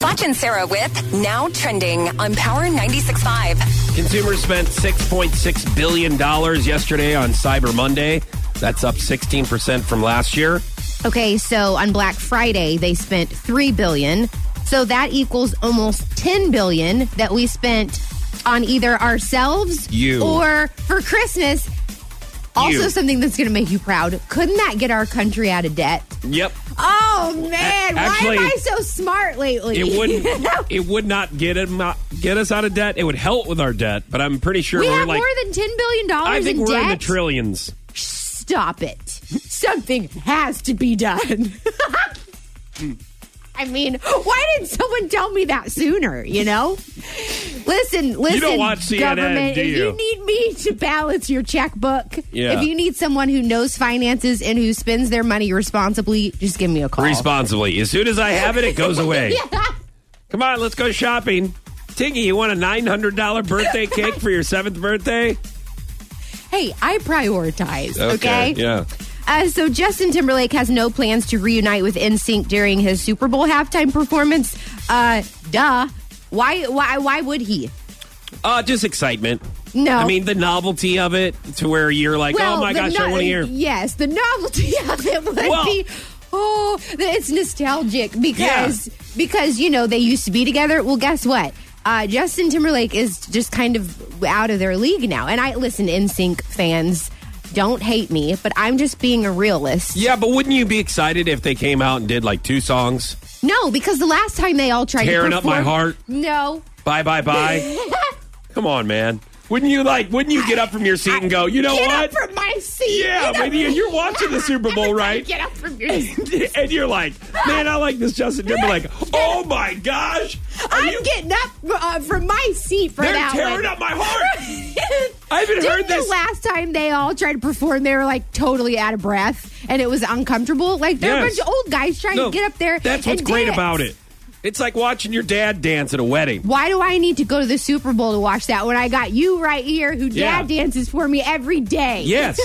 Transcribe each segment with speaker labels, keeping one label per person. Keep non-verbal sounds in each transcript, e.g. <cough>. Speaker 1: Patch and Sarah with Now Trending on Power 96.5.
Speaker 2: Consumers spent $6.6 billion yesterday on Cyber Monday. That's up 16% from last year.
Speaker 3: Okay, so on Black Friday they spent 3 billion. So that equals almost 10 billion that we spent on either ourselves
Speaker 2: You.
Speaker 3: or for Christmas. Also
Speaker 2: You.
Speaker 3: something that's going to make you proud. Couldn't that get our country out of debt?
Speaker 2: Yep.
Speaker 3: Oh man,
Speaker 2: A- actually,
Speaker 3: why am I so smart lately? <laughs>
Speaker 2: It wouldn't it would not get him out- get us out of debt. It would help with our debt, but I'm pretty sure
Speaker 3: we
Speaker 2: are
Speaker 3: have
Speaker 2: like
Speaker 3: more than 10 billion dollars
Speaker 2: I think
Speaker 3: in
Speaker 2: we're
Speaker 3: debt.
Speaker 2: in the trillions.
Speaker 3: Stop it. Something has to be done. <laughs> I mean, why didn't someone tell me that sooner, you know? Listen, listen,
Speaker 2: watch CNN,
Speaker 3: government,
Speaker 2: do
Speaker 3: if
Speaker 2: you?
Speaker 3: you need me to balance your checkbook,
Speaker 2: Yeah.
Speaker 3: if you need someone who knows finances and who spends their money responsibly, just give me a call.
Speaker 2: Responsibly. As soon as I have it, it
Speaker 3: <laughs>
Speaker 2: goes away.
Speaker 3: Yeah.
Speaker 2: Come on, let's go shopping. Tiggy, you want a $900
Speaker 3: <laughs>
Speaker 2: birthday cake for your 7th birthday?
Speaker 3: Hey, I prioritize, okay?
Speaker 2: Yeah.
Speaker 3: Uh, so Justin Timberlake has no plans to reunite with NSYNC during his Super Bowl halftime performance. Uh, duh. Why? Why? Why would he?
Speaker 2: Uh, just excitement.
Speaker 3: No.
Speaker 2: I mean, the novelty of it to where you're like, oh my
Speaker 3: the
Speaker 2: gosh, I
Speaker 3: no-
Speaker 2: want to hear.
Speaker 3: Yes, the novelty <laughs> of it would
Speaker 2: Well-
Speaker 3: be. Oh, th- it's nostalgic because because you know they used to be together. Well, guess what? Uh, Justin Timberlake is just kind of out of their league now. And I listen, NSYNC fans, don't hate me, but I'm just being a realist.
Speaker 2: Yeah, but wouldn't you be excited if they came out and did like two songs?
Speaker 3: No, because the last time they all tried
Speaker 2: Tearing
Speaker 3: to
Speaker 2: Up My
Speaker 3: perform-
Speaker 2: Heart.
Speaker 3: No,
Speaker 2: Bye, bye,
Speaker 3: <laughs>
Speaker 2: bye. Come on, man. Wouldn't you like, wouldn't you get up from your seat and go, you know
Speaker 3: get
Speaker 2: what?
Speaker 3: up from my seat.
Speaker 2: <laughs> Yeah,
Speaker 3: Get up-
Speaker 2: maybe you're watching the Super Bowl,
Speaker 3: Everybody
Speaker 2: right?
Speaker 3: <laughs> Get up from your seat.
Speaker 2: <laughs> and you're like, man, I like this
Speaker 3: <laughs>
Speaker 2: Justin Timberlake. Oh my gosh, are
Speaker 3: I'm
Speaker 2: you?
Speaker 3: getting up uh, from my seat for
Speaker 2: They're
Speaker 3: that
Speaker 2: tearing
Speaker 3: <laughs> one.
Speaker 2: up my heart. I haven't
Speaker 3: Didn't
Speaker 2: heard this.
Speaker 3: The last time they all tried to perform, they were like totally out of breath, and it was uncomfortable. Like they're
Speaker 2: Yes.
Speaker 3: a bunch of old guys trying
Speaker 2: No,
Speaker 3: to get up there.
Speaker 2: That's what's
Speaker 3: and
Speaker 2: great
Speaker 3: dance.
Speaker 2: about it. It's like watching your dad dance at a wedding.
Speaker 3: Why do I need to go to the Super Bowl to watch that when I got you right here, who
Speaker 2: Yeah.
Speaker 3: dad dances for me every day?
Speaker 2: Yes.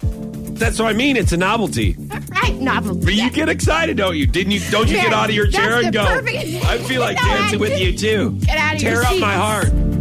Speaker 2: That's what I mean. It's a novelty.
Speaker 3: <laughs> right, novelty.
Speaker 2: But you get excited, don't you? Didn't you? Don't you get
Speaker 3: Yes,
Speaker 2: out of your chair
Speaker 3: that's
Speaker 2: and
Speaker 3: the
Speaker 2: go?
Speaker 3: perfect-
Speaker 2: I feel like
Speaker 3: No, I
Speaker 2: dancing with
Speaker 3: didn't.
Speaker 2: you too.
Speaker 3: Get out of
Speaker 2: Tear
Speaker 3: your
Speaker 2: up my
Speaker 3: seats.
Speaker 2: heart.